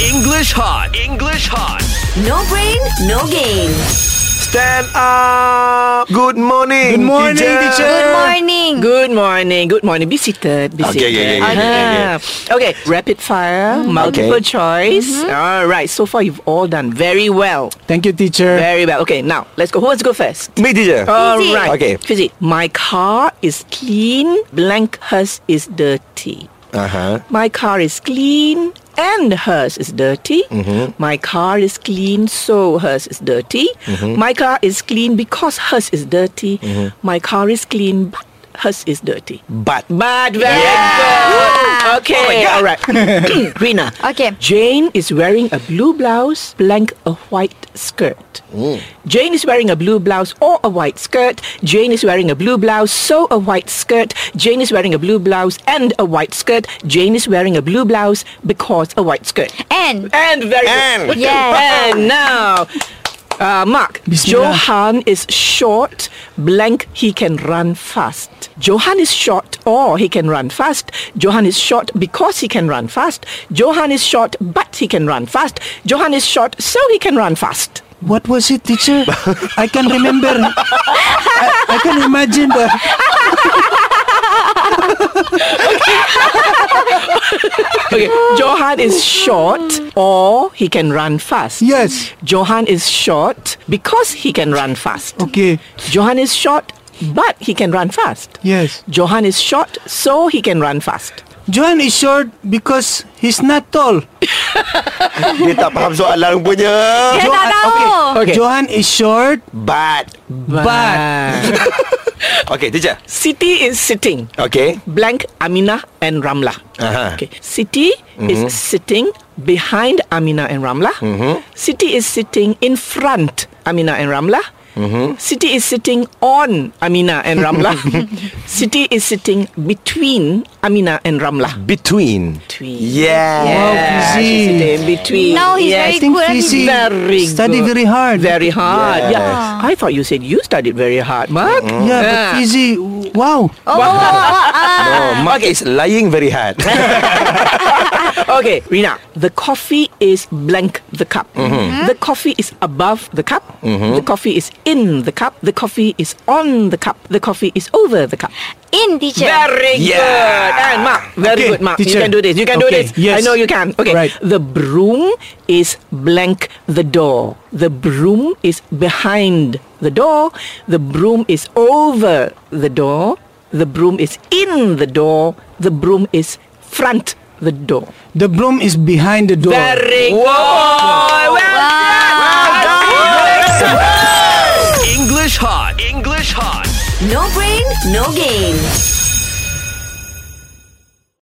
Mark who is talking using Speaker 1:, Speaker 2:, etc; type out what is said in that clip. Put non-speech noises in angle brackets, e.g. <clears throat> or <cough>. Speaker 1: English hot. English hot.
Speaker 2: No brain, no game.
Speaker 3: Stand up. uh, Good morning.
Speaker 4: Good morning, teacher.
Speaker 2: Uh, Good morning.
Speaker 5: Good morning. Good morning. Be seated. Be seated.
Speaker 3: Okay, yeah, yeah, yeah, yeah, yeah,
Speaker 5: Ah. Okay. Rapid fire, multiple choice. All right. So far, you've all done very well.
Speaker 4: Thank you, teacher.
Speaker 5: Very well. Okay. Now, let's go. Who wants to go first?
Speaker 3: Me, teacher.
Speaker 5: All
Speaker 2: Fizzy.
Speaker 5: right.
Speaker 3: Okay.
Speaker 5: Fizzy, my car is clean. Blank hers is dirty.
Speaker 3: Uh huh.
Speaker 5: My car is clean and hers is dirty.
Speaker 3: Mm-hmm.
Speaker 5: My car is clean, so hers is dirty.
Speaker 3: Mm-hmm.
Speaker 5: My car is clean because hers is dirty. My car is clean, but hers is dirty.
Speaker 3: But Oh
Speaker 5: But very good. Okay, all
Speaker 3: <laughs>
Speaker 5: right. <clears throat> Rina.
Speaker 2: Okay.
Speaker 5: Jane is wearing a blue blouse, blank a white skirt. Jane is wearing a blue blouse or a white skirt. Jane is wearing a blue blouse, so a white skirt. Jane is wearing a blue blouse and a white skirt. Jane is wearing a blue blouse because a white skirt.
Speaker 2: And
Speaker 5: And very
Speaker 3: And.
Speaker 5: good.
Speaker 2: Yeah.
Speaker 5: And now. Uh, Mark,
Speaker 4: Bismillah.
Speaker 5: Johan is short, blank, he can run fast. Johan is short or he can run fast. Johan is short because he can run fast. Johan is short but he can run fast. Johan is short so he can run fast.
Speaker 4: What was
Speaker 5: <laughs>
Speaker 4: it, teacher? I can remember. I, I can imagine the.
Speaker 5: Okay, Johan is short or he can run fast.
Speaker 4: Yes.
Speaker 5: Johan is short because he can run fast.
Speaker 4: Okay.
Speaker 5: Johan is short but he can run fast.
Speaker 4: Yes.
Speaker 5: Johan is short so he can run fast.
Speaker 4: Johan is short because he's not tall.
Speaker 3: dia tak faham soalan punya.
Speaker 2: dia tak
Speaker 4: Johan-
Speaker 2: tahu.
Speaker 5: Okay.
Speaker 4: Johan is short,
Speaker 3: But
Speaker 4: but
Speaker 3: okay, teacher.
Speaker 5: Siti is sitting.
Speaker 3: Okay.
Speaker 5: Blank Amina and Ramla.
Speaker 3: Uh-huh.
Speaker 5: Okay. Siti is sitting behind Amina and Ramla. Siti is sitting in front Amina and Ramla. Siti is sitting on Amina and Ramla. Siti is sitting between Amina and Ramla.
Speaker 3: Between.
Speaker 5: Between.
Speaker 3: Yeah.
Speaker 4: Wow, busy.
Speaker 5: she's sitting between.
Speaker 2: Now he's
Speaker 5: yes.
Speaker 4: I
Speaker 2: very
Speaker 4: think
Speaker 2: good.
Speaker 4: Fizzy
Speaker 5: Very
Speaker 4: study
Speaker 5: good.
Speaker 4: very hard.
Speaker 5: Very hard.
Speaker 3: Yes.
Speaker 5: Yeah. I thought you said you studied very hard, Mark.
Speaker 4: yeah, but
Speaker 5: Ah.
Speaker 4: Fizzy, wow.
Speaker 2: Oh, uh,
Speaker 3: No, Mark Oh, is lying very hard.
Speaker 5: Okay, Rina. The coffee is blank the cup.
Speaker 4: Mm-hmm.
Speaker 5: The coffee is above the cup. The coffee is in the cup. The coffee is on the cup. The coffee is over the cup.
Speaker 2: in teacher.
Speaker 5: Very
Speaker 3: Yeah.
Speaker 5: good. And Mark, very
Speaker 4: Okay,
Speaker 5: good, Mark.
Speaker 4: teacher.
Speaker 5: You can do this. You can do
Speaker 4: Okay,
Speaker 5: this.
Speaker 4: yes.
Speaker 5: I know you can. Okay.
Speaker 4: Right.
Speaker 5: The broom is blank the door. The broom is behind the door. The broom is over the door. The broom is in the door. The broom is front the door.
Speaker 4: The broom is behind the door.
Speaker 5: Very good. Well
Speaker 1: English hot. English hot.
Speaker 2: No brain, no game.